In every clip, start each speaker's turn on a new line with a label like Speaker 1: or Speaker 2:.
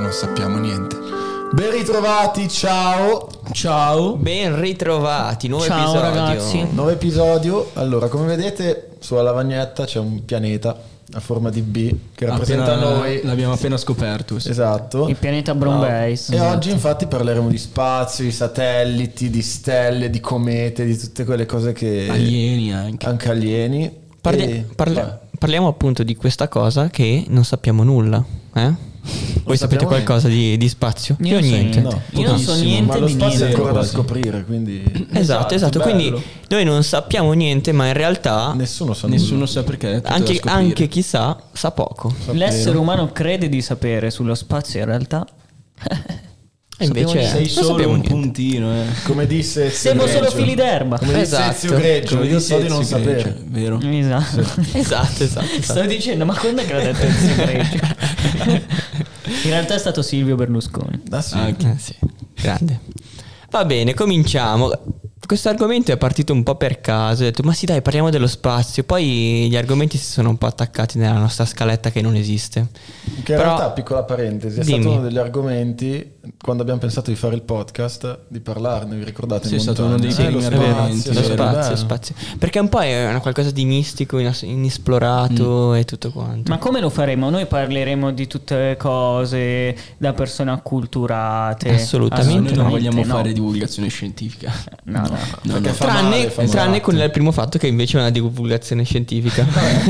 Speaker 1: non sappiamo niente.
Speaker 2: Ben ritrovati, ciao.
Speaker 3: Ciao.
Speaker 4: Ben ritrovati, nuovo
Speaker 3: Ciao,
Speaker 4: episodio.
Speaker 3: ragazzi.
Speaker 2: Nuovo episodio. Allora, come vedete, sulla lavagnetta c'è un pianeta a forma di B che rappresenta
Speaker 1: Appena-
Speaker 2: noi.
Speaker 1: L'abbiamo appena scoperto. sì.
Speaker 2: Esatto.
Speaker 3: Il pianeta Brombeis.
Speaker 2: E oggi infatti parleremo di spazio, di satelliti, di stelle, di comete, di tutte quelle cose che...
Speaker 1: Alieni anche.
Speaker 2: Anche alieni.
Speaker 4: Parli-
Speaker 1: Eh,
Speaker 2: E-
Speaker 4: parla-
Speaker 2: Beh,
Speaker 4: parliamo appunto di questa cosa che non sappiamo nulla. Eh? Voi sapete
Speaker 2: sappiamo
Speaker 4: qualcosa di, di spazio?
Speaker 3: Io non so
Speaker 4: niente.
Speaker 3: niente. Io non so
Speaker 1: Pochissimo,
Speaker 2: ma
Speaker 3: niente
Speaker 2: lo
Speaker 3: di
Speaker 2: spazio è
Speaker 3: niente.
Speaker 2: ancora da
Speaker 1: quasi.
Speaker 2: scoprire, quindi...
Speaker 4: Esatto, esatto.
Speaker 1: Esatto, bello.
Speaker 4: Quindi noi non sappiamo niente, ma in realtà
Speaker 2: Nessuno sa
Speaker 1: Nessuno
Speaker 2: nulla.
Speaker 1: sa perché. è tutto da
Speaker 4: anche,
Speaker 1: scoprire.
Speaker 4: anche chi sa, sa poco.
Speaker 3: L'essere umano crede di sapere sullo spazio, in realtà.
Speaker 4: E invece
Speaker 1: Sei
Speaker 4: non
Speaker 1: solo
Speaker 4: sappiamo
Speaker 1: un
Speaker 4: niente.
Speaker 1: puntino, eh.
Speaker 2: Come disse... Ezio
Speaker 3: Siamo solo
Speaker 2: Greggio.
Speaker 3: fili d'erba.
Speaker 2: Come disse
Speaker 4: Esatto.
Speaker 2: Ezio Greggio,
Speaker 1: Come
Speaker 2: io so
Speaker 1: disse
Speaker 2: di non
Speaker 1: Ezio
Speaker 2: sapere.
Speaker 1: Greggio,
Speaker 4: Mm.
Speaker 1: Vero? Cioè,
Speaker 3: Esatto.
Speaker 4: Esatto, esatto. esatto.
Speaker 3: Stavo dicendo, ma quando è che l'ha detto il segreto? In realtà è stato Silvio Berlusconi.
Speaker 2: Ah, sì.
Speaker 1: Anche.
Speaker 4: Eh sì, grande. Va bene, cominciamo. Questo argomento è partito un po' per caso, ho detto ma sì dai parliamo dello spazio, poi gli argomenti si sono un po' attaccati nella nostra scaletta che non esiste.
Speaker 2: Che in
Speaker 4: Però-
Speaker 2: realtà, piccola parentesi, è
Speaker 4: Dimmi.
Speaker 2: stato uno degli argomenti quando abbiamo pensato di fare il podcast, di parlarne, vi ricordate? in
Speaker 1: Sì, è stato
Speaker 2: montagna?
Speaker 1: uno dei
Speaker 2: Eh,
Speaker 1: primi
Speaker 2: lo
Speaker 1: argomenti,
Speaker 2: spazio,
Speaker 4: Lo
Speaker 1: sì,
Speaker 2: sì,
Speaker 4: spazio,
Speaker 2: bello.
Speaker 4: spazio. Perché un po' è una qualcosa di mistico, inas- inesplorato e tutto quanto.
Speaker 3: Ma come lo faremo? Noi parleremo di tutte le cose da persone acculturate.
Speaker 4: Assolutamente.
Speaker 1: Noi non vogliamo
Speaker 3: no.
Speaker 1: fare divulgazione scientifica.
Speaker 3: No, no.
Speaker 1: No, no.
Speaker 2: Perché fa
Speaker 4: Tranne,
Speaker 2: male, fa male.
Speaker 4: tranne con il primo fatto che invece è una divulgazione scientifica.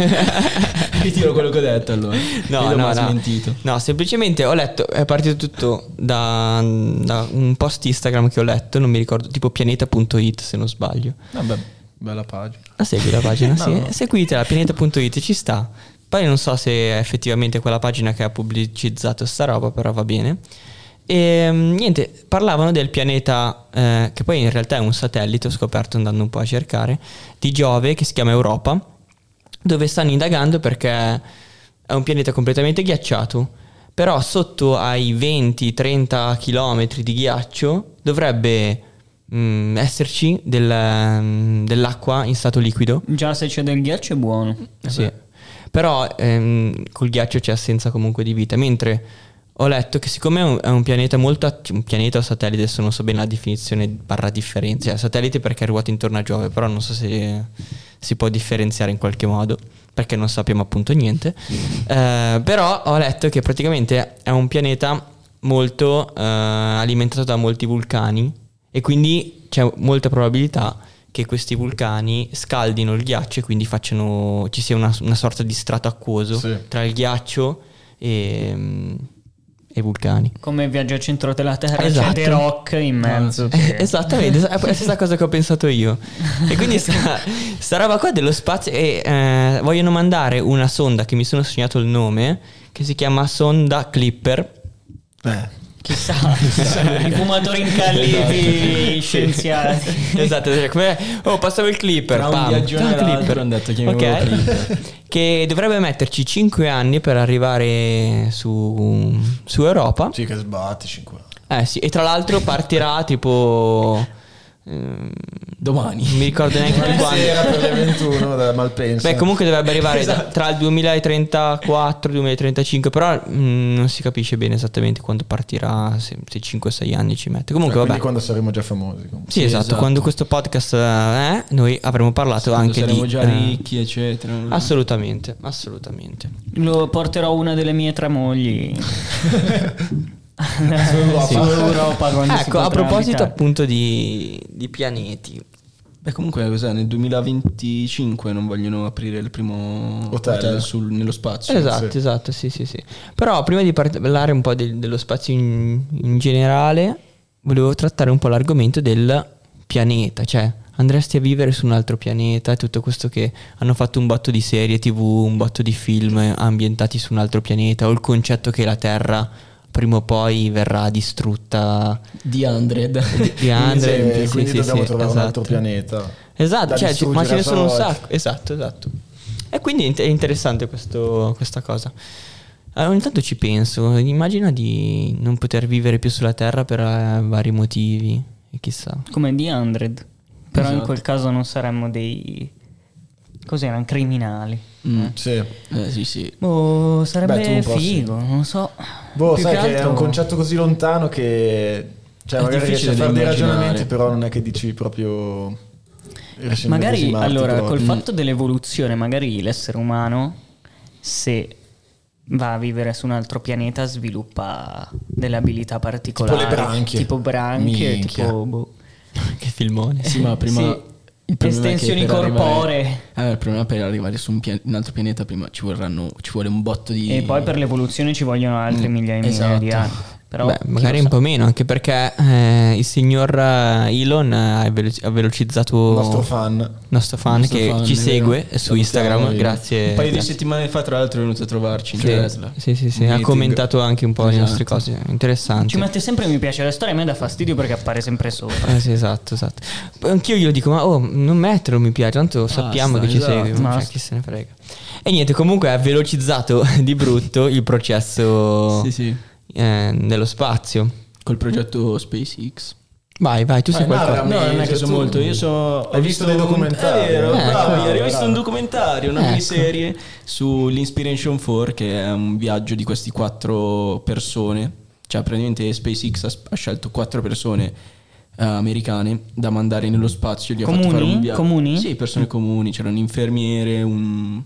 Speaker 1: Ritiro quello che ho detto allora.
Speaker 4: No,
Speaker 1: Vedo
Speaker 4: no,
Speaker 1: m'ha
Speaker 4: no.
Speaker 1: smentito.
Speaker 4: No, semplicemente ho letto, è partito tutto da, da un post Instagram che ho letto, non mi ricordo, tipo pianeta.it se non sbaglio.
Speaker 2: Vabbè, bella pagina.
Speaker 4: La segui la pagina, sì.
Speaker 2: no.
Speaker 4: Seguitela, pianeta.it, ci sta. Poi non so se è effettivamente quella pagina che ha pubblicizzato sta roba, però va bene. E mm, niente, parlavano del pianeta, eh, che poi in realtà è un satellite, ho scoperto andando un po' a cercare, di Giove che si chiama Europa, dove stanno indagando perché è un pianeta completamente ghiacciato. Però sotto ai 20-30 km di ghiaccio dovrebbe mm, esserci del, mm, dell'acqua in stato liquido.
Speaker 3: Già se c'è del ghiaccio è buono.
Speaker 4: Sì. Però ehm, col ghiaccio c'è assenza comunque di vita, mentre ho letto che siccome è un, è un pianeta molto atti- un pianeta o satellite, adesso non so bene la definizione barra differenza, cioè satellite perché ruota intorno a Giove, però non so se si può differenziare in qualche modo, perché non sappiamo appunto niente. Eh, però ho letto che praticamente è un pianeta molto eh, alimentato da molti vulcani e quindi c'è molta probabilità che questi vulcani scaldino il ghiaccio e quindi facciano, ci sia una, una sorta di strato acquoso
Speaker 2: Sì.
Speaker 4: tra il ghiaccio e, mm, e i vulcani.
Speaker 3: Come viaggio al centro della Terra
Speaker 4: Esatto.
Speaker 3: c'è The Rock in mezzo. che-
Speaker 4: Esattamente, è la stessa cosa che ho pensato io. E quindi sta, sta roba qua dello spazio. E eh, vogliono mandare una sonda che mi sono segnato il nome, che si chiama Sonda Clipper.
Speaker 2: Eh,
Speaker 3: Chissà, i fumatori incalliti scienziati.
Speaker 4: esatto, cioè, come oh, passavo il clipper.
Speaker 1: Tra un
Speaker 4: pam,
Speaker 1: viaggio e
Speaker 4: tra il
Speaker 1: l'altro hanno detto, chiamiamolo
Speaker 4: Ok.
Speaker 1: clipper.
Speaker 4: che dovrebbe metterci 5 anni per arrivare su, su Europa.
Speaker 2: sì, che sbatti, 5
Speaker 4: Eh sì, e tra l'altro partirà tipo ehm,
Speaker 1: Domani.
Speaker 4: non mi ricordo neanche
Speaker 1: Eh,
Speaker 4: più
Speaker 2: Era
Speaker 4: quando.
Speaker 2: per le 21 da Malpensa.
Speaker 4: Beh, comunque dovrebbe arrivare da- tra il 2034 e il 2035, però mh, non si capisce bene esattamente quando partirà, se, 5 o 6 anni ci
Speaker 2: Cioè,
Speaker 4: mette. Comunque,
Speaker 2: quindi
Speaker 4: vabbè.
Speaker 2: quando saremo già famosi. comunque.
Speaker 4: Sì, esatto,
Speaker 1: esatto.
Speaker 4: quando questo podcast eh, noi avremo parlato
Speaker 1: Quando
Speaker 4: anche
Speaker 1: saremo
Speaker 4: di
Speaker 1: già
Speaker 4: eh,
Speaker 1: ricchi, eccetera.
Speaker 4: Assolutamente, assolutamente.
Speaker 3: Lo porterò una delle mie tre mogli.
Speaker 2: Sull'Europa.
Speaker 3: Su Europa quando si
Speaker 4: Ecco, a
Speaker 3: potrà
Speaker 4: proposito
Speaker 3: abitare.
Speaker 4: appunto di, di pianeti,
Speaker 1: Beh, comunque, cos'è? Nel 2025 non vogliono aprire il primo
Speaker 2: Hotel.
Speaker 1: sul- nello spazio.
Speaker 4: Esatto,
Speaker 2: sì.
Speaker 4: esatto, sì, sì, sì. Però prima di par- parlare un po' del- dello spazio in, in generale, volevo trattare un po' l'argomento del pianeta, cioè andresti a vivere su un altro pianeta e tutto questo che hanno fatto un botto di serie TV, un botto di film ambientati su un altro pianeta o il concetto che la Terra prima o poi verrà distrutta
Speaker 1: Di Andred.
Speaker 4: di, di
Speaker 2: Sì,
Speaker 4: Android, sì,
Speaker 2: quindi
Speaker 4: sì,
Speaker 2: dobbiamo
Speaker 4: sì,
Speaker 2: trovare un
Speaker 4: esatto.
Speaker 2: altro pianeta.
Speaker 4: Esatto,
Speaker 2: da
Speaker 4: cioè, ci- ma ce ne
Speaker 2: distruggere
Speaker 4: sono un
Speaker 2: a sua
Speaker 4: sacco. Esatto, esatto. E quindi è int- è interessante questo- questa cosa. Allora, ogni tanto ci penso, immagina di non poter vivere più sulla Terra per eh, vari motivi, e chissà.
Speaker 3: Come di Andred. Però in
Speaker 1: Esatto.
Speaker 3: quel caso non saremmo dei Cos'erano? Criminali.
Speaker 1: Mm.
Speaker 2: Sì.
Speaker 1: Eh, sì, sì.
Speaker 3: Boh, sarebbe
Speaker 2: Beh, tu un po' sì.
Speaker 3: figo, non lo so.
Speaker 2: Boh,
Speaker 3: Più
Speaker 2: sai che, è
Speaker 3: altro-
Speaker 2: un concetto così lontano che... Cioè,
Speaker 1: È
Speaker 2: magari riesci
Speaker 1: difficile
Speaker 2: a
Speaker 1: da
Speaker 2: fare dei
Speaker 1: immaginare.
Speaker 2: ragionamenti, però non è che dici proprio... riesci a
Speaker 3: Magari
Speaker 2: immedesimarti
Speaker 3: allora,
Speaker 2: proprio.
Speaker 3: col fatto dell'evoluzione, magari l'essere umano, se va a vivere su un altro pianeta, sviluppa delle abilità particolari.
Speaker 2: le branchie.
Speaker 3: Tipo branchie,
Speaker 2: Minchia.
Speaker 3: tipo boh,
Speaker 4: che filmone.
Speaker 1: Eh, Sì, ma prima...
Speaker 3: Sì.
Speaker 1: il problema è che
Speaker 3: Estensioni
Speaker 1: per arrivare-
Speaker 3: corporee.
Speaker 1: Eh, il problema è per arrivare su un, pian- un altro pianeta prima ci, vorranno, ci vuole un botto di...
Speaker 3: E poi per l'evoluzione ci vogliono altri migliaia e migliaia
Speaker 1: esatto.
Speaker 3: di anni. Però
Speaker 4: Beh,
Speaker 3: chi
Speaker 4: magari
Speaker 3: lo
Speaker 4: un
Speaker 3: sa.
Speaker 4: po' meno, anche perché eh, il signor eh, Elon eh, ha velo- ha velocizzato
Speaker 2: Il nostro fan.
Speaker 4: nostro fan
Speaker 1: Nostro
Speaker 4: che
Speaker 1: fan,
Speaker 4: ci
Speaker 1: è vero.
Speaker 4: segue su
Speaker 1: Salutiamo
Speaker 4: Instagram,
Speaker 1: il-
Speaker 4: grazie.
Speaker 1: Un paio di
Speaker 4: grazie.
Speaker 1: settimane fa, tra l'altro, è venuto a trovarci in Tesla.
Speaker 4: Sì, sì, sì, sì,
Speaker 1: Un
Speaker 4: ha
Speaker 1: meeting.
Speaker 4: commentato anche un po' le nostre
Speaker 1: Esatto.
Speaker 4: cose, interessante.
Speaker 3: Ci mette sempre mi piace la storia, a me dà fastidio perché appare sempre sopra.
Speaker 4: Eh, sì, esatto, esatto. Poi Anch'io glielo dico, ma oh, non metterlo mi piace, tanto sappiamo che ci
Speaker 1: esatto,
Speaker 4: segue, ma cioè,
Speaker 3: basta.
Speaker 4: chi se ne frega. E niente, comunque ha velocizzato di brutto il processo
Speaker 1: Sì, sì.
Speaker 4: eh, nello spazio.
Speaker 1: Col progetto SpaceX.
Speaker 4: Vai, vai, tu sai
Speaker 2: Eh, no,
Speaker 4: qualcosa.
Speaker 2: veramente.
Speaker 1: No, non è
Speaker 2: cioè,
Speaker 1: che so
Speaker 2: tu-
Speaker 1: molto, io so...
Speaker 2: Hai
Speaker 1: ho
Speaker 2: visto
Speaker 1: un-
Speaker 2: dei documentari?
Speaker 1: È vero,
Speaker 4: Eh,
Speaker 1: bravo,
Speaker 2: bravo,
Speaker 1: ieri ho visto
Speaker 2: bravo.
Speaker 1: un documentario, una
Speaker 4: Ecco.
Speaker 1: miniserie sull'Inspiration 4, che è un viaggio di queste quattro persone. Cioè, praticamente SpaceX ha, ha scelto quattro persone eh, americane da mandare nello spazio. Gli ha fatto
Speaker 3: Comuni?
Speaker 1: fare un viaggio.
Speaker 3: Comuni?
Speaker 1: Sì, persone comuni. C'era un infermiere, un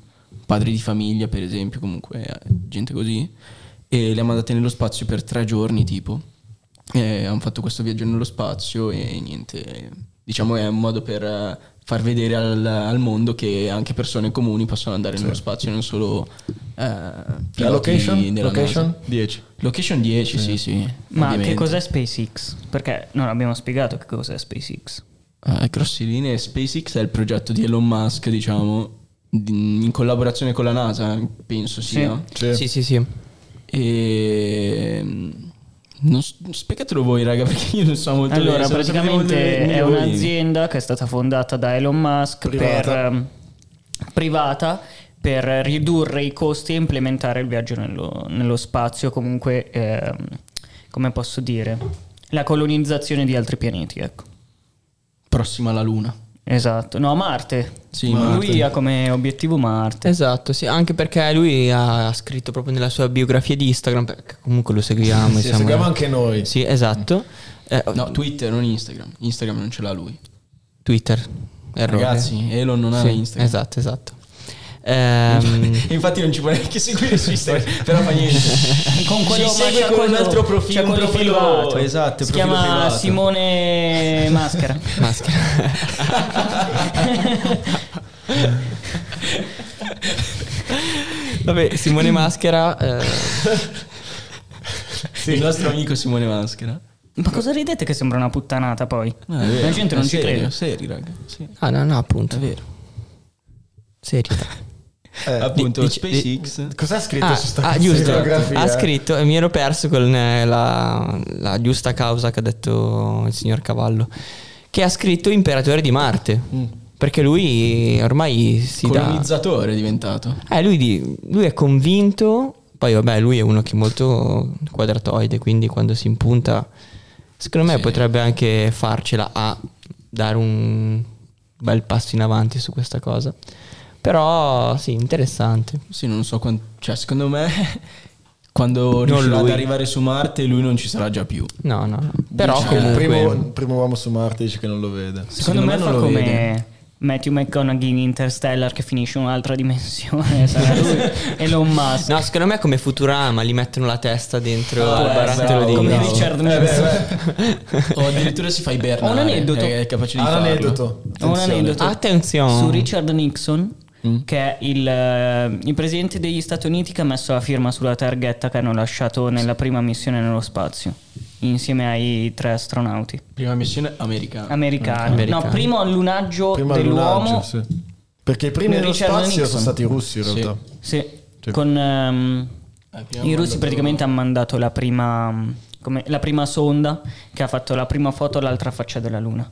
Speaker 1: padre di famiglia, per esempio, comunque eh, gente così. E le ha mandate nello spazio per tre giorni, tipo. E hanno fatto questo viaggio nello spazio e niente, diciamo è un modo per eh, far vedere al, al mondo che anche persone comuni possono andare nello spazio, non solo eh,
Speaker 2: La
Speaker 1: piloti
Speaker 2: location?
Speaker 1: della
Speaker 2: Location?
Speaker 1: NASA.
Speaker 2: 10.
Speaker 1: Location 10, sì, sì.
Speaker 3: Ma
Speaker 1: ovviamente.
Speaker 3: che cos'è SpaceX? Perché non abbiamo spiegato che cos'è SpaceX.
Speaker 1: A grossi linee Eh, SpaceX è il progetto di Elon Musk, diciamo, di- in collaborazione con la NASA, penso sia.
Speaker 2: Sì.
Speaker 4: Sì, sì, sì.
Speaker 1: E... mm, Non s- spiegatelo voi, raga, perché io non so molto bene,
Speaker 3: Allora,
Speaker 1: se lo sapete
Speaker 3: praticamente
Speaker 1: meglio
Speaker 3: è
Speaker 1: voi.
Speaker 3: un'azienda che è stata fondata da Elon Musk
Speaker 2: Privata.
Speaker 3: per ehm, privata per ridurre i costi e implementare il viaggio nello, nello spazio, comunque ehm, come posso dire, la colonizzazione di altri pianeti, ecco.
Speaker 1: Prossima alla Luna.
Speaker 3: Esatto. No, Marte.
Speaker 1: Sì,
Speaker 3: Lui
Speaker 1: Marte.
Speaker 3: ha come obiettivo Marte.
Speaker 4: Esatto, sì, anche perché lui ha scritto proprio nella sua biografia di Instagram, perché comunque lo seguiamo.
Speaker 2: Sì,
Speaker 4: siamo-
Speaker 2: seguiamo anche noi.
Speaker 4: Sì, esatto. Eh,
Speaker 1: No, Twitter, non Instagram. Instagram non ce l'ha lui.
Speaker 4: Twitter. Errore.
Speaker 1: Ragazzi, Elon non ha
Speaker 4: Sì,
Speaker 1: Instagram.
Speaker 4: Esatto, esatto.
Speaker 3: Mm.
Speaker 4: Ehm,
Speaker 1: Infatti non ci può neanche seguire su Instagram, però fa niente.
Speaker 3: Con quello
Speaker 1: Ci segue
Speaker 3: c'ha
Speaker 1: con un
Speaker 3: quello-
Speaker 1: altro profilo,
Speaker 3: c'ha
Speaker 1: un
Speaker 3: quello
Speaker 1: profilo-
Speaker 3: privato.
Speaker 1: esatto,
Speaker 3: si
Speaker 1: profilo
Speaker 3: chiama
Speaker 1: privato.
Speaker 3: Simone Maschera.
Speaker 4: maschera. Vabbè, Simone Maschera. eh,
Speaker 1: Il nostro amico Simone Maschera.
Speaker 3: Ma cosa ridete che sembra una puttanata poi? La gente non ci crede.
Speaker 1: Seri, raga. Sì.
Speaker 4: ah, no, no, appunto.
Speaker 1: È vero.
Speaker 4: Serietà.
Speaker 2: Eh,
Speaker 1: Appunto,
Speaker 4: dice-
Speaker 1: SpaceX.
Speaker 2: Cos'ha scritto
Speaker 4: Ah,
Speaker 2: su sta
Speaker 4: ah, giusto.
Speaker 2: fotografia?
Speaker 4: Ha scritto e mi ero perso con eh, la, la giusta causa che ha detto il signor Cavallo. Che ha scritto Imperatore di Marte. Perché lui ormai si dà.
Speaker 1: colonizzatore è diventato.
Speaker 4: Eh, lui, di- lui è convinto. Poi, vabbè, lui è uno che è molto quadratoide, quindi quando si impunta, secondo me potrebbe anche farcela a dare un bel passo in avanti su questa cosa. Però, sì, interessante.
Speaker 1: Sì, non so quanto... Cioè, secondo me... Quando
Speaker 4: Non
Speaker 1: riuscirà
Speaker 4: lui.
Speaker 1: ad arrivare su Marte lui non ci sarà già più.
Speaker 4: No, no, no. Però
Speaker 2: Dice che Cioè, il
Speaker 4: comunque.
Speaker 2: primo, il primo uomo su Marte dice che non lo vede.
Speaker 3: Secondo,
Speaker 1: Secondo
Speaker 3: me,
Speaker 1: me
Speaker 3: fa
Speaker 1: non lo
Speaker 3: come
Speaker 1: vede.
Speaker 3: Matthew McConaughey in Interstellar che finisce in un'altra dimensione. Sarà lui Elon Musk.
Speaker 4: No, secondo me è come Futurama, li mettono la testa dentro
Speaker 1: Ah,
Speaker 4: al
Speaker 1: beh,
Speaker 4: barattolo
Speaker 1: bravo,
Speaker 4: di
Speaker 3: come
Speaker 1: bravo.
Speaker 3: Richard
Speaker 2: Eh,
Speaker 3: Nixon.
Speaker 1: O addirittura si fa ibernare.
Speaker 3: Ho un aneddoto.
Speaker 1: eh, È capace di
Speaker 2: Ah,
Speaker 1: farlo.
Speaker 2: l'aneddoto.
Speaker 3: Ho un aneddoto
Speaker 4: Attenzione.
Speaker 3: su Richard Nixon,
Speaker 1: Mm.
Speaker 3: che è il, eh, il presidente degli Stati Uniti che ha messo la firma sulla targhetta che hanno lasciato nella prima missione nello spazio, insieme ai tre astronauti
Speaker 1: Prima missione americana.
Speaker 3: americani.
Speaker 4: Americani.
Speaker 3: No, primo allunaggio
Speaker 2: Primo
Speaker 3: dell'uomo.
Speaker 2: allunaggio, sì. Perché i primi
Speaker 3: Nel
Speaker 2: nello
Speaker 3: Richard
Speaker 2: spazio
Speaker 3: Nixon.
Speaker 2: sono stati i russi in
Speaker 1: Sì.
Speaker 2: realtà.
Speaker 3: Sì,
Speaker 2: Sì.
Speaker 3: con ehm,
Speaker 1: Eh, prima
Speaker 3: i russi
Speaker 1: mandato-
Speaker 3: praticamente hanno mandato la prima, mh, come- la prima sonda che ha fatto la prima foto all'altra faccia della Luna.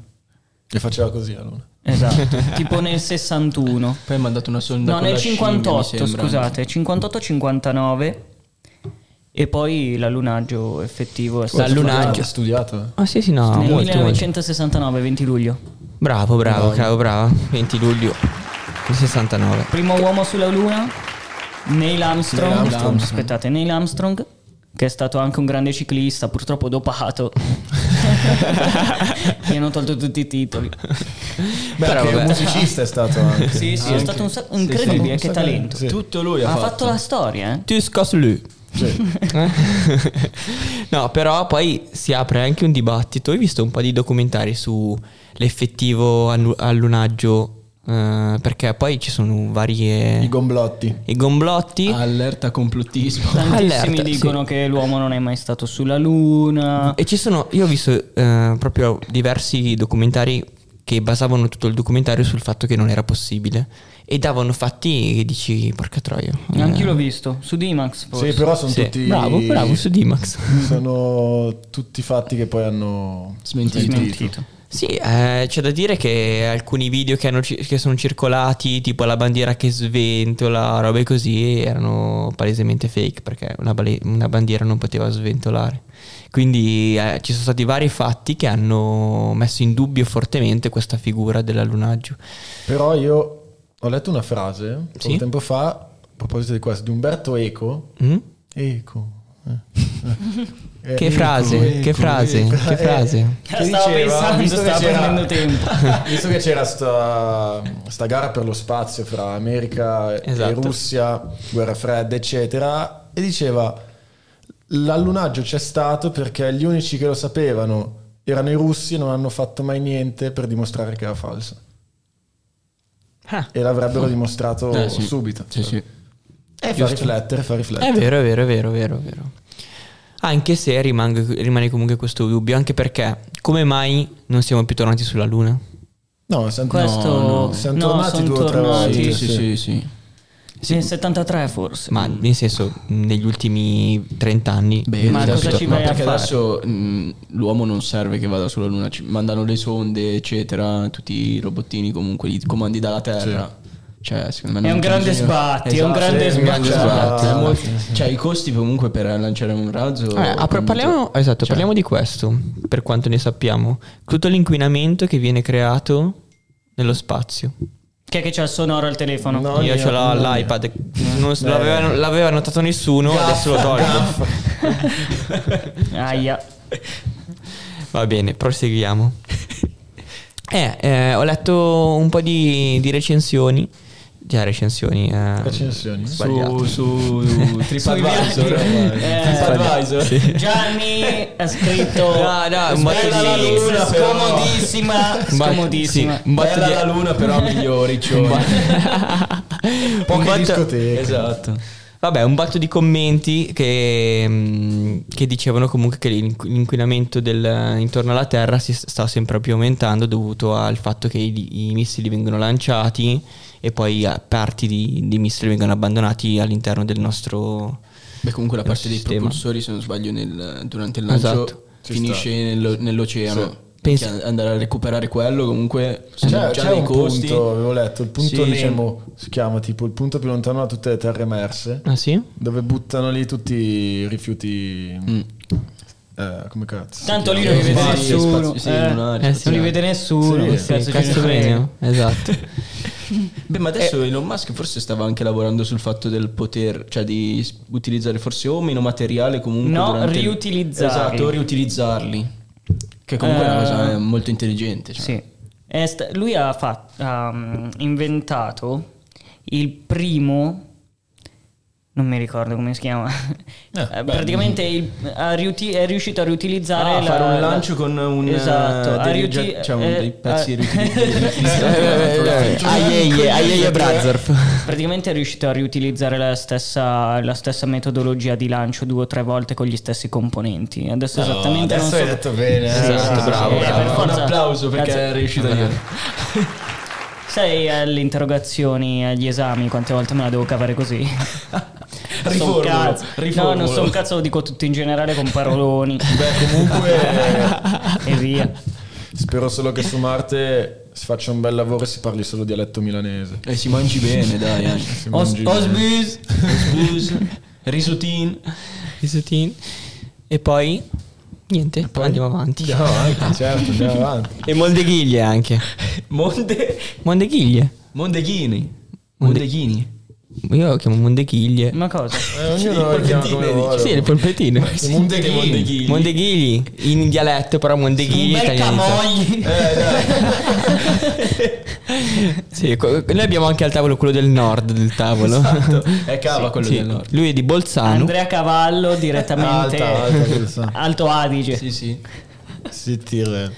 Speaker 2: Che faceva così allora.
Speaker 3: Esatto, tipo nel 61.
Speaker 1: Poi ha mandato una sonda
Speaker 3: No,
Speaker 1: con
Speaker 3: nel
Speaker 1: la scimmia, mi
Speaker 3: 58,
Speaker 1: sembra.
Speaker 3: scusate, 58-59 e poi l'allunaggio effettivo è stato
Speaker 4: L'allunaggio.
Speaker 2: Ha studiato. eh.
Speaker 4: Ah, sì, sì, no.
Speaker 3: nel
Speaker 4: molto, molto.
Speaker 3: 1969, 20 luglio.
Speaker 4: Bravo, bravo, bravo, bravo. 20 luglio. Nel 69.
Speaker 3: Primo uomo sulla Luna, Neil Armstrong.
Speaker 1: Neil Armstrong.
Speaker 3: Aspettate, Neil Armstrong, che è stato anche un grande ciclista, purtroppo dopato. Mi hanno tolto tutti i titoli.
Speaker 2: Beh,
Speaker 4: Però
Speaker 2: che
Speaker 4: vabbè.
Speaker 2: musicista è stato anche.
Speaker 3: Sì, sì, è
Speaker 1: Anche.
Speaker 3: stato un sa-
Speaker 1: Sì,
Speaker 3: incredibile,
Speaker 2: sì.
Speaker 3: che talento.
Speaker 2: Sì.
Speaker 1: Tutto lui ha,
Speaker 3: Ha fatto la storia, eh.
Speaker 4: Tu scos lui.
Speaker 2: Sì.
Speaker 4: no, però poi si apre anche un dibattito. Ho visto un po' di documentari sull'effettivo allu- allunaggio. eh, perché poi ci sono varie.
Speaker 2: I Ah, gomblotti.
Speaker 4: I gomblotti.
Speaker 1: Allerta complottismo.
Speaker 3: Tantissimi
Speaker 4: Allerta,
Speaker 3: dicono che l'uomo non è mai stato sulla Luna.
Speaker 4: E ci sono, io ho visto eh, proprio diversi documentari che basavano tutto il documentario sul fatto che non era possibile e davano fatti che dici porca troia. Eh,
Speaker 3: Anch'io l'ho visto, su D-Max forse.
Speaker 2: Sì, però sono
Speaker 4: sì.
Speaker 2: tutti.
Speaker 4: Bravo, bravo su Dimax.
Speaker 2: Sono tutti fatti che poi hanno
Speaker 1: Smentito.
Speaker 3: Smentito.
Speaker 4: Sì, eh, c'è da dire che alcuni video che, hanno ci- che sono circolati, tipo la bandiera che sventola, robe così, erano palesemente fake perché una, bale- una bandiera non poteva sventolare. Quindi eh, ci sono stati vari fatti che hanno messo in dubbio fortemente questa figura dell'allunaggio.
Speaker 2: Però io ho letto una frase
Speaker 4: Sì.
Speaker 2: poco tempo fa a proposito di questo, di Umberto Eco.
Speaker 4: Mm?
Speaker 2: Eco. eh. Eh,
Speaker 4: Che
Speaker 2: Eco,
Speaker 4: frase,
Speaker 2: Eco,
Speaker 4: che frase,
Speaker 2: Eco.
Speaker 4: che
Speaker 2: Eh,
Speaker 4: frase.
Speaker 2: che
Speaker 3: Stavo
Speaker 2: diceva,
Speaker 3: pensando,
Speaker 2: visto che
Speaker 3: stavo
Speaker 2: c'era-
Speaker 3: prendendo tempo.
Speaker 2: Visto che c'era sta, sta gara per lo spazio fra America e
Speaker 4: Esatto.
Speaker 2: Russia, guerra fredda, eccetera, e diceva l'allunaggio c'è stato perché gli unici che lo sapevano erano i russi e non hanno fatto mai niente per dimostrare che era falso.
Speaker 4: Ah.
Speaker 2: E l'avrebbero dimostrato
Speaker 1: Eh, sì.
Speaker 2: subito. certo.
Speaker 1: Sì, Eh, sì.
Speaker 2: E fa riflettere, fa riflettere.
Speaker 4: È vero, è vero, è vero, è vero, è vero. Eh, Anche se rimango- rimane comunque questo dubbio, anche perché come mai non siamo più tornati sulla Luna?
Speaker 2: No, siamo,
Speaker 3: Questo-
Speaker 2: no, no, siamo
Speaker 3: no,
Speaker 2: tornati
Speaker 3: son
Speaker 2: due o tre
Speaker 3: tornati.
Speaker 2: volte.
Speaker 1: Sì,
Speaker 3: Ah, Sì,
Speaker 1: sì, sì, sì.
Speaker 3: Nel 73 forse.
Speaker 4: Ma nel senso, negli ultimi 30 anni...
Speaker 1: Beh,
Speaker 3: Ma
Speaker 1: adesso-
Speaker 3: cosa ci
Speaker 1: no,
Speaker 3: vai a
Speaker 1: perché
Speaker 3: fare?
Speaker 1: adesso mh, l'uomo non serve che vada sulla luna, ci mandano le sonde, eccetera, tutti i robottini comunque li comandi dalla Terra. Cioè, secondo me
Speaker 3: È
Speaker 1: non
Speaker 3: un
Speaker 1: c'è
Speaker 3: grande
Speaker 1: bisogno-
Speaker 3: sbatti, è un
Speaker 1: Esatto,
Speaker 3: grande
Speaker 1: sì,
Speaker 2: sbatti.
Speaker 1: sbatti.
Speaker 2: Ah,
Speaker 1: Molti- Cioè, i costi comunque per lanciare un razzo
Speaker 4: Eh, ah, però
Speaker 1: quando-
Speaker 4: parliamo, esatto, parliamo di questo, per quanto ne sappiamo. Tutto l'inquinamento che viene creato nello spazio.
Speaker 3: Chi è che c'ha il sonoro al telefono?
Speaker 2: No,
Speaker 4: Io
Speaker 2: mio-
Speaker 4: ce l'ho
Speaker 2: no,
Speaker 4: all'iPad, non s- l'aveva, l'aveva notato nessuno, adesso lo tolgo.
Speaker 3: Aia.
Speaker 4: Va bene, proseguiamo. Eh, eh, ho letto un po' di, di recensioni. Già, recensioni. eh,
Speaker 2: Recensioni?
Speaker 4: Sbagliato.
Speaker 1: su, su
Speaker 3: Eh,
Speaker 1: TripAdvisor.
Speaker 3: viaggi.
Speaker 1: Eh,
Speaker 4: Sbagliato,
Speaker 1: TripAdvisor.
Speaker 4: sì.
Speaker 3: Gianni ha scritto
Speaker 4: No, no, un botto
Speaker 3: Bella la
Speaker 4: di-
Speaker 3: luna,
Speaker 2: però.
Speaker 3: scomodissima,
Speaker 4: Un botto-
Speaker 3: scomodissima.
Speaker 4: sì, un botto
Speaker 1: Bella
Speaker 4: di-
Speaker 1: la luna, però migliori. Cioè.
Speaker 4: un
Speaker 2: Poche
Speaker 4: botto-
Speaker 2: discoteche.
Speaker 1: esatto.
Speaker 4: Vabbè, un botto di commenti che, mm, che dicevano comunque che l'inqu- l'inquinamento del- intorno alla Terra si s- sta sempre più aumentando dovuto al fatto che i, i missili vengono lanciati e poi eh, parti di, di missili vengono abbandonati all'interno del nostro...
Speaker 1: Beh, comunque la
Speaker 4: dello
Speaker 1: parte dei
Speaker 4: sistema.
Speaker 1: propulsori, se non sbaglio, nel- durante il lancio
Speaker 4: Esatto.
Speaker 2: Ci
Speaker 1: finisce nel- nell'oceano.
Speaker 2: Sì.
Speaker 4: Pensi-
Speaker 1: Perché andare a recuperare quello comunque sono
Speaker 2: C'è,
Speaker 1: già
Speaker 2: c'è
Speaker 1: dei
Speaker 2: un
Speaker 1: costi.
Speaker 2: punto, avevo letto, il punto
Speaker 1: Sì, c'è-
Speaker 2: Nemo si chiama, tipo il punto più lontano da tutte le terre emerse,
Speaker 4: Ah sì?
Speaker 2: dove buttano lì tutti i rifiuti... eh, come cazzo? si
Speaker 3: Tanto lì
Speaker 2: chiama?
Speaker 3: non li vede
Speaker 1: Spazio,
Speaker 3: nessuno.
Speaker 1: spazio, sì,
Speaker 3: eh.
Speaker 1: lunare,
Speaker 4: Eh, sì.
Speaker 3: Non li vede
Speaker 2: Sì,
Speaker 3: nessuno. che cazzo ce ne
Speaker 4: Cazzo
Speaker 3: frega.
Speaker 4: meno, esatto.
Speaker 1: Beh, ma
Speaker 2: Eh.
Speaker 1: adesso Elon Musk forse stava anche lavorando sul fatto del poter, cioè di s- utilizzare forse o meno materiale comunque.
Speaker 3: No,
Speaker 1: durante il-
Speaker 3: riutilizzarli.
Speaker 1: Esatto, riutilizzarli. Che comunque è una cosa eh, molto intelligente. Cioè.
Speaker 3: Sì. È sta- lui ha, fat- ha, mm, inventato il primo. Non mi ricordo come si chiama. Eh, Praticamente il- ha riuti- è riuscito a riutilizzare.
Speaker 1: Ah,
Speaker 3: la-
Speaker 1: fare un
Speaker 3: la-
Speaker 1: lancio con un eh,
Speaker 3: Esatto, ha
Speaker 1: dei,
Speaker 3: riuti-
Speaker 1: riogge- cioè, un-
Speaker 3: eh,
Speaker 1: dei pezzi
Speaker 3: eh.
Speaker 4: eh,
Speaker 1: riutilizzati.
Speaker 4: Aieie, aieie Brazzer.
Speaker 3: Praticamente è riuscito a riutilizzare la stessa, la stessa metodologia di lancio due o tre volte con gli stessi componenti. Adesso esattamente
Speaker 2: Adesso hai
Speaker 3: non so.
Speaker 2: detto bene. eh.
Speaker 4: Esatto, bravo,
Speaker 3: Eh,
Speaker 4: bravo.
Speaker 3: per forza.
Speaker 1: Un applauso perché
Speaker 3: Grazie.
Speaker 1: è riuscito a dire.
Speaker 3: Sai alle interrogazioni, agli esami, quante volte me la devo cavare così?
Speaker 1: Riformulo,
Speaker 3: Son cazzo. No,
Speaker 1: riformulo.
Speaker 3: non sono cazzo, lo dico tutto in generale con paroloni
Speaker 2: Beh, comunque
Speaker 3: e via.
Speaker 2: spero solo che su Marte si faccia un bel lavoro e si parli solo dialetto milanese.
Speaker 3: Eh.
Speaker 1: E Eh, si mangi bene, dai. anche.
Speaker 2: Si mangi bene.
Speaker 1: Osbus, osbus, risutin.
Speaker 4: Isotin. E poi niente, andiamo avanti.
Speaker 2: Andiamo avanti, certo, andiamo avanti.
Speaker 4: E Mondeghiglie anche.
Speaker 1: Monte,
Speaker 4: Mondeghiglie.
Speaker 1: Mondeghini. Mondeghini.
Speaker 4: Io lo chiamo mondeghiglie.
Speaker 3: Ma cosa?
Speaker 2: Eh, ognuno lo chiama come vuole.
Speaker 4: Sì, le polpettine.
Speaker 2: I
Speaker 1: Eh,
Speaker 2: mondeghini.
Speaker 1: Mondeghini.
Speaker 4: Mondeghigli in dialetto, però mondeghigli italianizzato.
Speaker 1: Eh,
Speaker 4: Sì, co- noi abbiamo anche al tavolo quello del nord del tavolo.
Speaker 1: È cava Esatto. quello
Speaker 4: Sì,
Speaker 1: del nord.
Speaker 4: Lui è di Bolzano.
Speaker 3: Andrea Cavallo direttamente
Speaker 2: Alta, alta, questa.
Speaker 3: Alto Adige.
Speaker 1: Sì, sì.
Speaker 2: Si tira.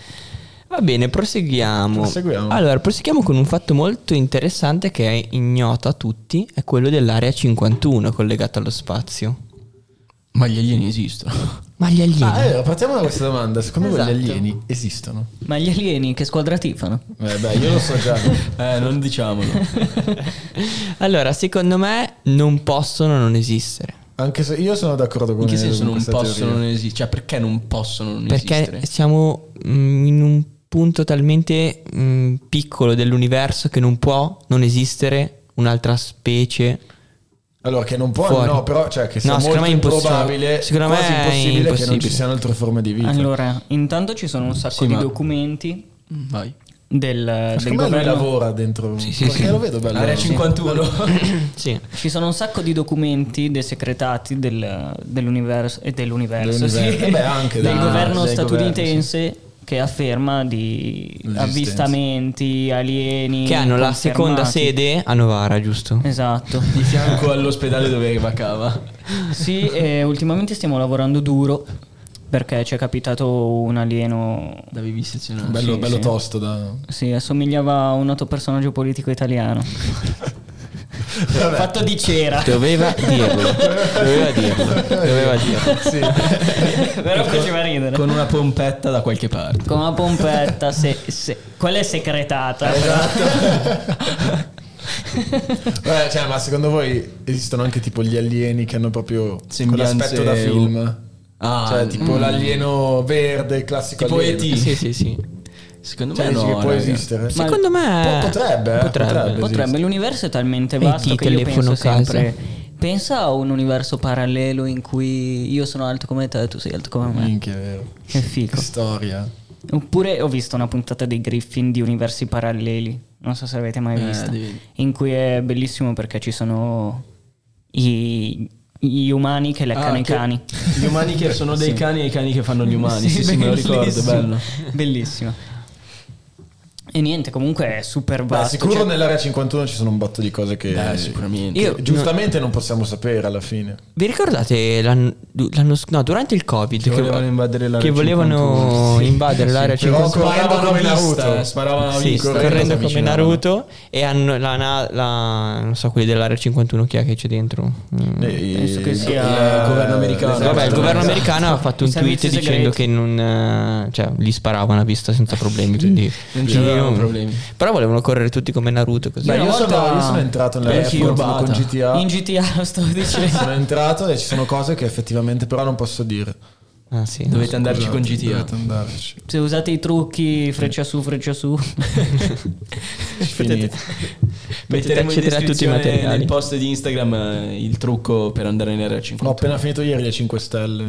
Speaker 4: Va bene, proseguiamo.
Speaker 2: Proseguiamo.
Speaker 4: Allora, proseguiamo con un fatto molto interessante che è ignoto a tutti, è quello dell'area 51 collegata allo spazio.
Speaker 1: Ma gli alieni esistono.
Speaker 4: Ma gli alieni?
Speaker 2: Ah, allora, partiamo da questa domanda. Secondo
Speaker 4: Esatto.
Speaker 2: voi gli alieni esistono?
Speaker 3: Ma gli alieni che squadratifano?
Speaker 2: Eh, beh, io lo so già.
Speaker 1: Eh, non diciamolo.
Speaker 4: Allora, secondo me non possono non esistere.
Speaker 2: Anche se io sono d'accordo con eh,
Speaker 1: In che
Speaker 2: con
Speaker 1: senso non
Speaker 2: questa
Speaker 1: possono
Speaker 2: teoria.
Speaker 1: non esistere? Cioè, perché non possono non
Speaker 4: perché
Speaker 1: esistere?
Speaker 4: siamo mm, in un punto talmente mm, piccolo dell'universo che non può non esistere un'altra specie.
Speaker 2: Allora, che non può,
Speaker 4: Fuori.
Speaker 2: no, però, cioè, che sia
Speaker 4: No, secondo
Speaker 2: molto
Speaker 4: me è impossibile.
Speaker 2: improbabile,
Speaker 4: Secondo me
Speaker 2: quasi
Speaker 4: è
Speaker 2: impossibile, che non ci
Speaker 4: impossibile.
Speaker 2: siano altre forme di vita.
Speaker 3: Allora, intanto ci sono un sacco
Speaker 1: Sì,
Speaker 3: di
Speaker 1: ma-
Speaker 3: documenti
Speaker 1: Mm, Vai.
Speaker 3: del,
Speaker 2: Ma
Speaker 3: del
Speaker 2: secondo me lui
Speaker 3: governo
Speaker 2: lavora dentro.
Speaker 4: Sì, sì,
Speaker 2: perché
Speaker 4: sì.
Speaker 2: lo vedo bello.
Speaker 1: L'area 51.
Speaker 4: Sì.
Speaker 3: Ci sono un sacco di documenti desecretati del- dell'universo, e dell'universo sì.
Speaker 2: Dell'universo. Eh beh, anche
Speaker 3: del
Speaker 2: dai,
Speaker 3: governo
Speaker 2: dai
Speaker 3: statunitense che afferma di
Speaker 2: L'esistenza.
Speaker 3: avvistamenti alieni
Speaker 4: Che hanno la
Speaker 3: confermati.
Speaker 4: seconda sede a Novara, giusto?
Speaker 3: Esatto.
Speaker 1: Di fianco all'ospedale dove va cava.
Speaker 3: Sì, e ultimamente stiamo lavorando duro perché ci è capitato un alieno
Speaker 1: Da vivisezionare.
Speaker 2: Bello,
Speaker 3: Sì,
Speaker 2: bello
Speaker 3: sì.
Speaker 2: tosto da...
Speaker 3: Sì, assomigliava a un noto personaggio politico italiano. Fatto di cera.
Speaker 4: Doveva dirlo. Doveva dirlo. Doveva dirlo.
Speaker 2: Sì.
Speaker 3: Però faceva ridere. Con,
Speaker 1: Con una pompetta da qualche parte.
Speaker 3: una pompetta, se, se- quella è secretata.
Speaker 2: Esatto. Beh, cioè, ma secondo voi esistono anche tipo gli alieni che hanno proprio
Speaker 1: Sembianze-
Speaker 2: quell'aspetto da film?
Speaker 1: Ah,
Speaker 2: cioè, tipo
Speaker 1: mm.
Speaker 2: l'alieno verde, il classico
Speaker 1: Tipo
Speaker 2: alieno.
Speaker 1: E.T..
Speaker 4: Sì, sì, sì.
Speaker 1: Secondo
Speaker 2: Cioè,
Speaker 1: me
Speaker 2: dici
Speaker 1: no.
Speaker 2: che può
Speaker 1: raga.
Speaker 2: esistere?
Speaker 3: Ma-
Speaker 4: Secondo me
Speaker 2: Po- potrebbe, eh, potrebbe.
Speaker 3: Potrebbe, l'universo è talmente
Speaker 4: E
Speaker 3: vasto
Speaker 4: ti
Speaker 3: che io
Speaker 4: telefono
Speaker 3: penso
Speaker 4: a
Speaker 3: sempre... Pensa a un universo parallelo in cui io sono alto come te e tu sei alto come
Speaker 1: Mm.
Speaker 3: me.
Speaker 2: Minchia, è vero.
Speaker 3: Che figo.
Speaker 2: Che storia.
Speaker 3: Oppure ho visto una puntata dei Griffin di universi paralleli, non so se avete mai
Speaker 1: Eh,
Speaker 3: visto,
Speaker 1: devi-
Speaker 3: in cui è bellissimo perché ci sono i, gli umani che leccano
Speaker 1: Ah,
Speaker 3: i
Speaker 1: che-
Speaker 3: cani.
Speaker 1: Gli umani che sono dei cani e i cani che fanno gli umani. Sì, sì, me lo ricordo,
Speaker 3: bellissimo.
Speaker 1: bello.
Speaker 3: Bellissimo. E niente, comunque è super
Speaker 2: Beh,
Speaker 3: vasto.
Speaker 2: sicuro
Speaker 3: cioè-
Speaker 2: nell'area 51 ci sono un botto di cose che...
Speaker 1: Eh, sicuramente.
Speaker 4: Io-
Speaker 2: Giustamente non possiamo sapere alla fine.
Speaker 4: Vi ricordate l'anno, l'anno s- no, durante il Covid
Speaker 1: Che volevano invadere l'area
Speaker 4: che volevano
Speaker 1: 51, sì.
Speaker 4: invadere l'area
Speaker 2: però
Speaker 4: 51?
Speaker 2: ancora- Sparavano
Speaker 1: Sparavano
Speaker 2: come
Speaker 1: a
Speaker 2: Naruto.
Speaker 1: vista, eh, sparavano a
Speaker 4: Ah, Sì,
Speaker 1: vista.
Speaker 2: correndo
Speaker 4: correndo
Speaker 2: si
Speaker 4: come
Speaker 2: avvicinavano.
Speaker 4: Naruto e hanno la, na- la- non so quelli dell'area 51 chi è che c'è dentro? Mm.
Speaker 1: Eh,
Speaker 2: Penso
Speaker 3: che sia-
Speaker 2: il governo americano.
Speaker 1: Esatto.
Speaker 4: Vabbè, il governo
Speaker 2: americano
Speaker 4: americano ha fatto
Speaker 3: I
Speaker 4: un tweet
Speaker 3: servizi
Speaker 4: dicendo
Speaker 3: segreti.
Speaker 4: che non eh, cioè li sparavano a vista senza problemi, quindi
Speaker 1: Non
Speaker 4: Sì,
Speaker 1: c'erano
Speaker 4: io-
Speaker 1: problemi.
Speaker 4: Però volevano correre tutti come Naruto così.
Speaker 2: Beh,
Speaker 3: Una
Speaker 2: io,
Speaker 3: volta-
Speaker 2: sono, io sono entrato nella
Speaker 1: Anch'io,
Speaker 2: Apple con
Speaker 1: bata.
Speaker 2: GTA.
Speaker 3: In GTA lo stavo dicendo.
Speaker 2: sono entrato e ci sono cose che effettivamente però non posso dire.
Speaker 4: Ah, sì.
Speaker 1: Dovete andarci con
Speaker 2: Scusate,
Speaker 1: GTA.
Speaker 2: Dovete andarci.
Speaker 3: Se usate i trucci freccia su, freccia su.
Speaker 2: Finito.
Speaker 1: Metteremo in
Speaker 4: accedere a tutti i
Speaker 1: descrizione
Speaker 4: materiali.
Speaker 1: nel post di Instagram eh, il trucco per andare in area
Speaker 2: Ho
Speaker 1: 50.
Speaker 2: appena finito ieri le 5 stelle.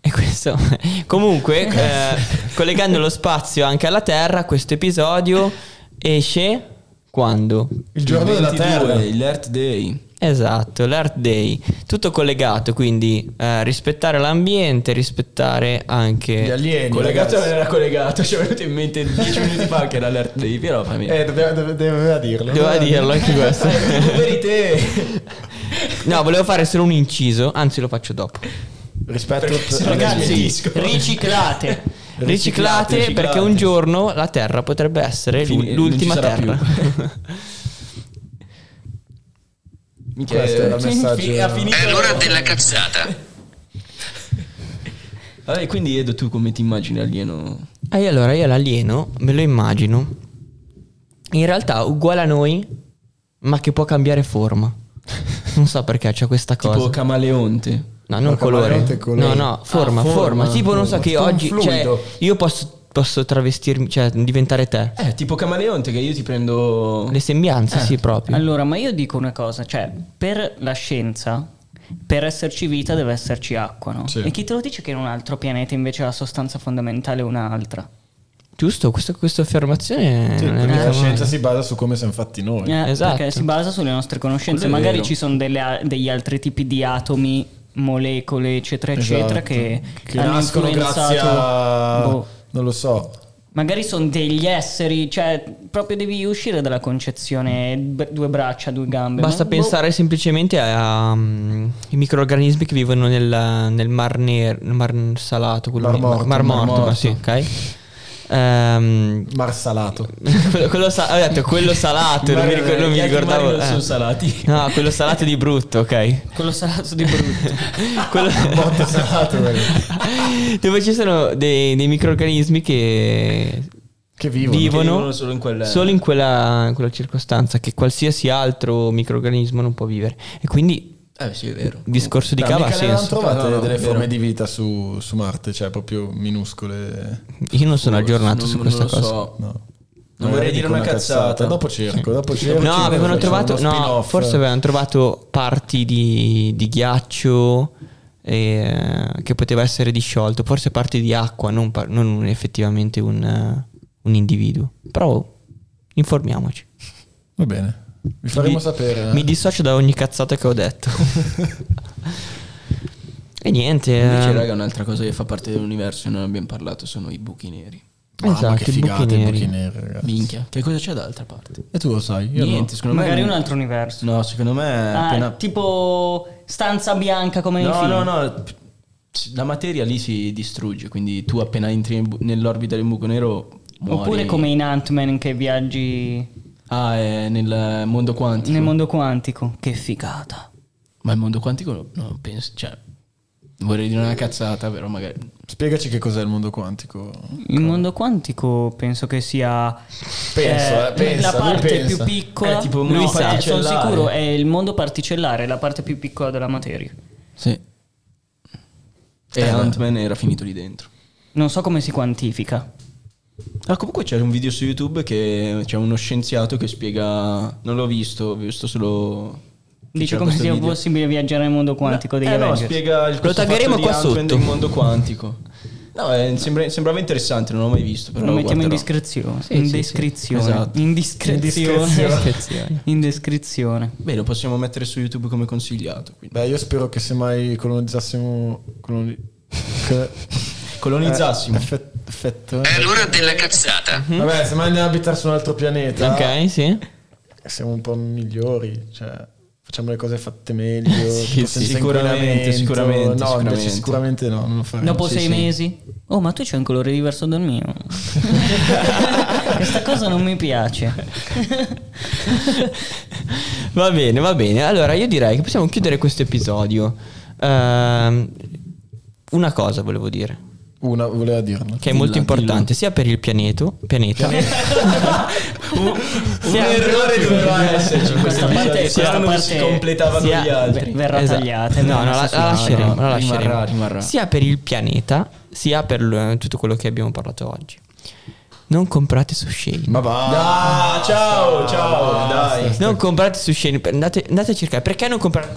Speaker 4: E questo. Comunque, eh, collegando lo spazio anche alla Terra, questo episodio esce quando?
Speaker 2: Il giorno della Terra.
Speaker 1: l'Earth Day.
Speaker 4: Esatto, l'Earth Day. Tutto collegato, quindi eh, rispettare l'ambiente, rispettare anche
Speaker 2: Gli
Speaker 1: Eh,
Speaker 2: alieni.
Speaker 1: Collegato non
Speaker 2: ragazzi.
Speaker 1: era collegato, ci è venuto in mente 10 minuti fa che era l'Earth Day, però fa mia.
Speaker 2: Eh, doveva, dove- doveva dirlo. Eh,
Speaker 4: Doveva dirlo anche questo.
Speaker 1: Poveri te!
Speaker 4: No, volevo fare solo un inciso, anzi lo faccio dopo.
Speaker 2: Rispetto
Speaker 1: se no
Speaker 2: ragazzi.
Speaker 1: smentisco.
Speaker 3: Riciclate.
Speaker 4: Riciclate,
Speaker 1: Riciclate, riciclate.
Speaker 4: perché un giorno la Terra potrebbe essere l'u-
Speaker 1: Fine,
Speaker 4: l'ultima
Speaker 1: non ci sarà
Speaker 4: Terra.
Speaker 1: Minchia,
Speaker 2: Questo era il
Speaker 1: eh,
Speaker 4: Cioè,
Speaker 1: fi-
Speaker 2: messaggio.
Speaker 1: ha finito.
Speaker 5: È l'ora della cazzata.
Speaker 1: Vabbè, quindi Edo, tu come ti immagini alieno?
Speaker 4: E allora io l'alieno me lo immagino in realtà uguale a noi, ma che può cambiare forma. Non so perché c'è questa cosa.
Speaker 1: Tipo camaleonte.
Speaker 4: No, non
Speaker 2: Ma
Speaker 4: colore.
Speaker 2: camarante, colore.
Speaker 4: No, no, forma,
Speaker 1: Ah,
Speaker 4: forma,
Speaker 1: forma.
Speaker 4: Tipo, non
Speaker 2: Forma.
Speaker 4: so che
Speaker 2: Tipo un
Speaker 4: oggi. Cioè,
Speaker 2: fluido.
Speaker 4: io posso, posso travestirmi, cioè diventare te.
Speaker 1: Eh, tipo camaleonte che io ti prendo...
Speaker 4: Le sembianze,
Speaker 2: Eh.
Speaker 4: sì, proprio.
Speaker 3: Allora, ma io dico una cosa, cioè, per la scienza, per esserci vita deve esserci acqua, no?
Speaker 2: Sì.
Speaker 3: E chi te lo dice che in un altro pianeta invece la sostanza fondamentale è un'altra?
Speaker 4: Giusto, questa, questa affermazione
Speaker 2: Sì,
Speaker 4: non è
Speaker 2: perché
Speaker 4: mica
Speaker 2: la scienza
Speaker 4: male.
Speaker 2: si basa su come siamo fatti noi.
Speaker 3: Eh,
Speaker 4: Esatto.
Speaker 3: Perché si basa sulle nostre conoscenze.
Speaker 1: Quello è
Speaker 3: Magari
Speaker 1: vero.
Speaker 3: ci sono delle a- degli altri tipi di atomi, molecole, eccetera,
Speaker 2: Esatto.
Speaker 3: eccetera, che,
Speaker 2: Che
Speaker 3: hanno
Speaker 2: nascono
Speaker 3: influenzato.
Speaker 2: grazie a...
Speaker 3: boh.
Speaker 2: Non lo so.
Speaker 3: Magari sono degli esseri, cioè proprio devi uscire dalla concezione b- due braccia, due gambe.
Speaker 4: Basta
Speaker 3: ma- boh.
Speaker 4: pensare semplicemente ai microorganismi che vivono nel, nel mar, ner- mar salato, quello
Speaker 2: Mar
Speaker 4: lì,
Speaker 2: morto,
Speaker 4: mar
Speaker 2: mar
Speaker 4: morto,
Speaker 2: morto.
Speaker 4: ma sì, ok. Ehm,
Speaker 2: Marsalato.
Speaker 4: quello, quello sa- ho detto quello salato, non mi, ricor- non mi
Speaker 1: Gli altri
Speaker 4: ricordavo.
Speaker 1: mari non sono
Speaker 4: eh.
Speaker 1: salati.
Speaker 4: No, quello salato di brutto, ok.
Speaker 3: Boh, Quello salato di brutto.
Speaker 4: quello...
Speaker 2: Morto Boh, salato. eh. quello.
Speaker 4: Dove ci sono dei, dei microorganismi che
Speaker 2: Che vivono.
Speaker 4: vivono,
Speaker 1: vivono solo in quella-
Speaker 4: solo in quella- in quella circostanza, che qualsiasi altro microorganismo non può vivere. E quindi
Speaker 1: Eh sì, è vero.
Speaker 4: il discorso di
Speaker 2: Dai,
Speaker 4: cava ha
Speaker 2: mica ne hanno
Speaker 4: senso.
Speaker 2: trovate
Speaker 1: No, no,
Speaker 2: delle
Speaker 1: vero.
Speaker 2: forme di vita su, su Marte, cioè proprio minuscole.
Speaker 4: Io non sono aggiornato
Speaker 1: Non-
Speaker 4: su questa
Speaker 1: non lo
Speaker 4: cosa.
Speaker 1: so.
Speaker 2: No.
Speaker 1: Non vorrei
Speaker 2: Magari
Speaker 1: dire
Speaker 2: dico
Speaker 1: una cazzata.
Speaker 2: Dopo cerco, dopo cerco.
Speaker 4: No,
Speaker 2: Cerco,
Speaker 4: avevano
Speaker 2: faccio
Speaker 4: trovato,
Speaker 2: uno
Speaker 4: no,
Speaker 2: spin-off.
Speaker 4: forse avevano trovato parti di, di ghiaccio eh, che poteva essere disciolto, forse parti di acqua, non, par- non un- effettivamente un, eh, un individuo. Però oh, informiamoci.
Speaker 2: Va bene. Vi faremo
Speaker 4: Mi-
Speaker 2: sapere. eh.
Speaker 4: Mi dissocio da ogni cazzata che ho detto. e niente.
Speaker 1: Invece,
Speaker 4: eh,
Speaker 1: raga, un'altra cosa che fa parte dell'universo e non abbiamo parlato sono i buchi neri.
Speaker 2: Mamma,
Speaker 4: esatto,
Speaker 2: che
Speaker 4: i
Speaker 2: figate
Speaker 4: buchi
Speaker 2: i
Speaker 4: neri.
Speaker 2: buchi neri, ragazzi.
Speaker 1: Minchia, che cosa c'è d'altra parte?
Speaker 2: E tu lo sai, io
Speaker 1: Niente, secondo
Speaker 3: Magari
Speaker 1: me.
Speaker 3: un altro universo.
Speaker 1: No, secondo me. è
Speaker 3: Ah,
Speaker 1: appena...
Speaker 3: Tipo stanza bianca come nei
Speaker 1: No,
Speaker 3: film.
Speaker 1: no, no. La materia lì si distrugge, quindi tu appena entri in bu- nell'orbita del buco nero. Muori.
Speaker 3: Oppure come in Ant-Man che viaggi
Speaker 1: Ah, è nel mondo quantico.
Speaker 3: nel mondo quantico. Che figata.
Speaker 1: Ma il mondo quantico, no, penso. Cioè, vorrei dire una cazzata, però magari.
Speaker 2: no. Spiegaci che cos'è il mondo quantico.
Speaker 3: Il mondo quantico penso che sia
Speaker 2: Penso, eh, pensa,
Speaker 3: la
Speaker 2: lui
Speaker 3: parte
Speaker 2: pensa.
Speaker 3: più piccola.
Speaker 1: È tipo cioè, il
Speaker 3: No,
Speaker 1: mondo
Speaker 3: eh, sono
Speaker 1: particellare.
Speaker 3: sicuro è il mondo particellare, la parte più piccola della materia.
Speaker 1: Sì.
Speaker 3: Eh,
Speaker 1: E Ant-Man era finito lì dentro.
Speaker 3: Non so come si quantifica.
Speaker 1: Ah, comunque c'è un video su YouTube che c'è uno scienziato che spiega. Non l'ho visto, ho visto solo. che
Speaker 3: Dice
Speaker 1: c'era
Speaker 3: come
Speaker 1: questo
Speaker 3: sia
Speaker 1: video.
Speaker 3: possibile viaggiare nel mondo quantico degli
Speaker 1: eh no,
Speaker 3: Avengers.
Speaker 1: spiega il
Speaker 4: Lo taggeremo qua sotto.
Speaker 1: Il mondo quantico. No, eh, sembra- sembrava interessante, non l'ho mai visto. Però
Speaker 3: Lo mettiamo in
Speaker 1: guarderò.
Speaker 3: discrezione.
Speaker 4: Sì,
Speaker 3: in
Speaker 4: sì, sì.
Speaker 3: descrizione.
Speaker 1: Esatto.
Speaker 3: In discrezione.
Speaker 4: Ispezione.
Speaker 3: in descrizione.
Speaker 1: Beh, lo possiamo mettere su YouTube come consigliato. quindi.
Speaker 2: Beh, io spero che se mai colonizzassimo... Coloni... che-
Speaker 1: Colonizzassimo.
Speaker 2: Eh, effe- effetto-
Speaker 4: Eh,
Speaker 5: È l'ora della cazzata.
Speaker 2: Vabbè, se mai andiamo a abitare su un altro pianeta,
Speaker 4: Mhm. Ok, sì.
Speaker 2: siamo un po' migliori, cioè facciamo le cose fatte meglio, tipo senza
Speaker 1: sicuramente,
Speaker 2: inquinamento.
Speaker 1: sicuramente,
Speaker 2: No, invece
Speaker 1: sicuramente.
Speaker 2: sicuramente no, non lo faremo.
Speaker 3: Dopo
Speaker 1: sì,
Speaker 3: sei
Speaker 1: sì.
Speaker 3: mesi? Oh, ma tu c'hai un colore diverso dal mio. Questa cosa non mi piace.
Speaker 4: Va bene, va bene. Allora, io direi che possiamo chiudere questo episodio. Ehm, una cosa volevo dire,
Speaker 2: Una voleva dirlo.
Speaker 4: che è molto importante, sia per il pianeto, pianeta,
Speaker 1: Un errore doveva esserci in
Speaker 3: Questa
Speaker 1: questa
Speaker 3: parte-
Speaker 1: parte.
Speaker 3: questa
Speaker 1: Se non si
Speaker 3: parte-
Speaker 1: completava con
Speaker 4: sia-
Speaker 1: gli altri.
Speaker 3: verrà
Speaker 4: Esatto.
Speaker 3: tagliata.
Speaker 4: No, no, la, la lasceremo,
Speaker 1: no,
Speaker 4: la lasceremo.
Speaker 1: rimarrà, rimarrà.
Speaker 4: Sia per il pianeta, sia per l- tutto quello che abbiamo parlato oggi. Non comprate su Shane.
Speaker 2: Ma va.
Speaker 1: Ah, ciao, ciao, dai.
Speaker 4: non comprate su Shane, per- andate, andate a cercare. Perché non comprate?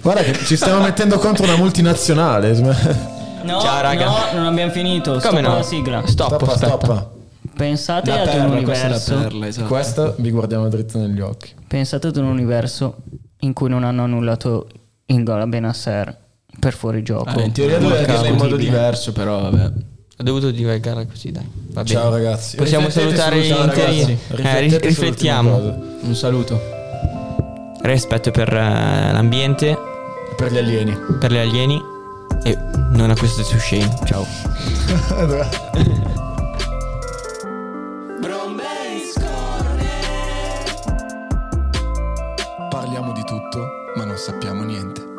Speaker 2: Guarda che ci stiamo mettendo contro una multinazionale. Stoppa,
Speaker 3: No,
Speaker 4: Ciao, raga.
Speaker 3: no, non abbiamo finito. Stoppa
Speaker 4: Come no?
Speaker 3: la sigla.
Speaker 4: Stop, aspetta.
Speaker 2: stoppa.
Speaker 3: Pensate
Speaker 1: La
Speaker 3: ad un
Speaker 1: perla, questa è la
Speaker 3: universo.
Speaker 1: perla, esatto.
Speaker 2: Questa vi guardiamo dritto negli occhi.
Speaker 3: Pensate ad un universo in cui non hanno annullato il gol a Benasser per fuori gioco.
Speaker 1: Eh, in teoria doveva dirla in modo diverso, però vabbè.
Speaker 4: Ho dovuto divagare così, dai. Va bene.
Speaker 2: Ciao ragazzi.
Speaker 4: Possiamo
Speaker 2: Riflettete
Speaker 4: salutare
Speaker 2: sull'ultima-
Speaker 4: gli interi-
Speaker 2: ragazzi,
Speaker 4: eh,
Speaker 2: riflettete
Speaker 4: ri-
Speaker 2: sull'ultima
Speaker 4: riflettiamo.
Speaker 2: cosa.
Speaker 1: Un saluto.
Speaker 4: Rispetto per eh, l'ambiente,
Speaker 2: Per gli alieni.
Speaker 4: per gli alieni e non acquistate su Shane. Ciao.
Speaker 6: Parliamo di tutto, ma non sappiamo niente.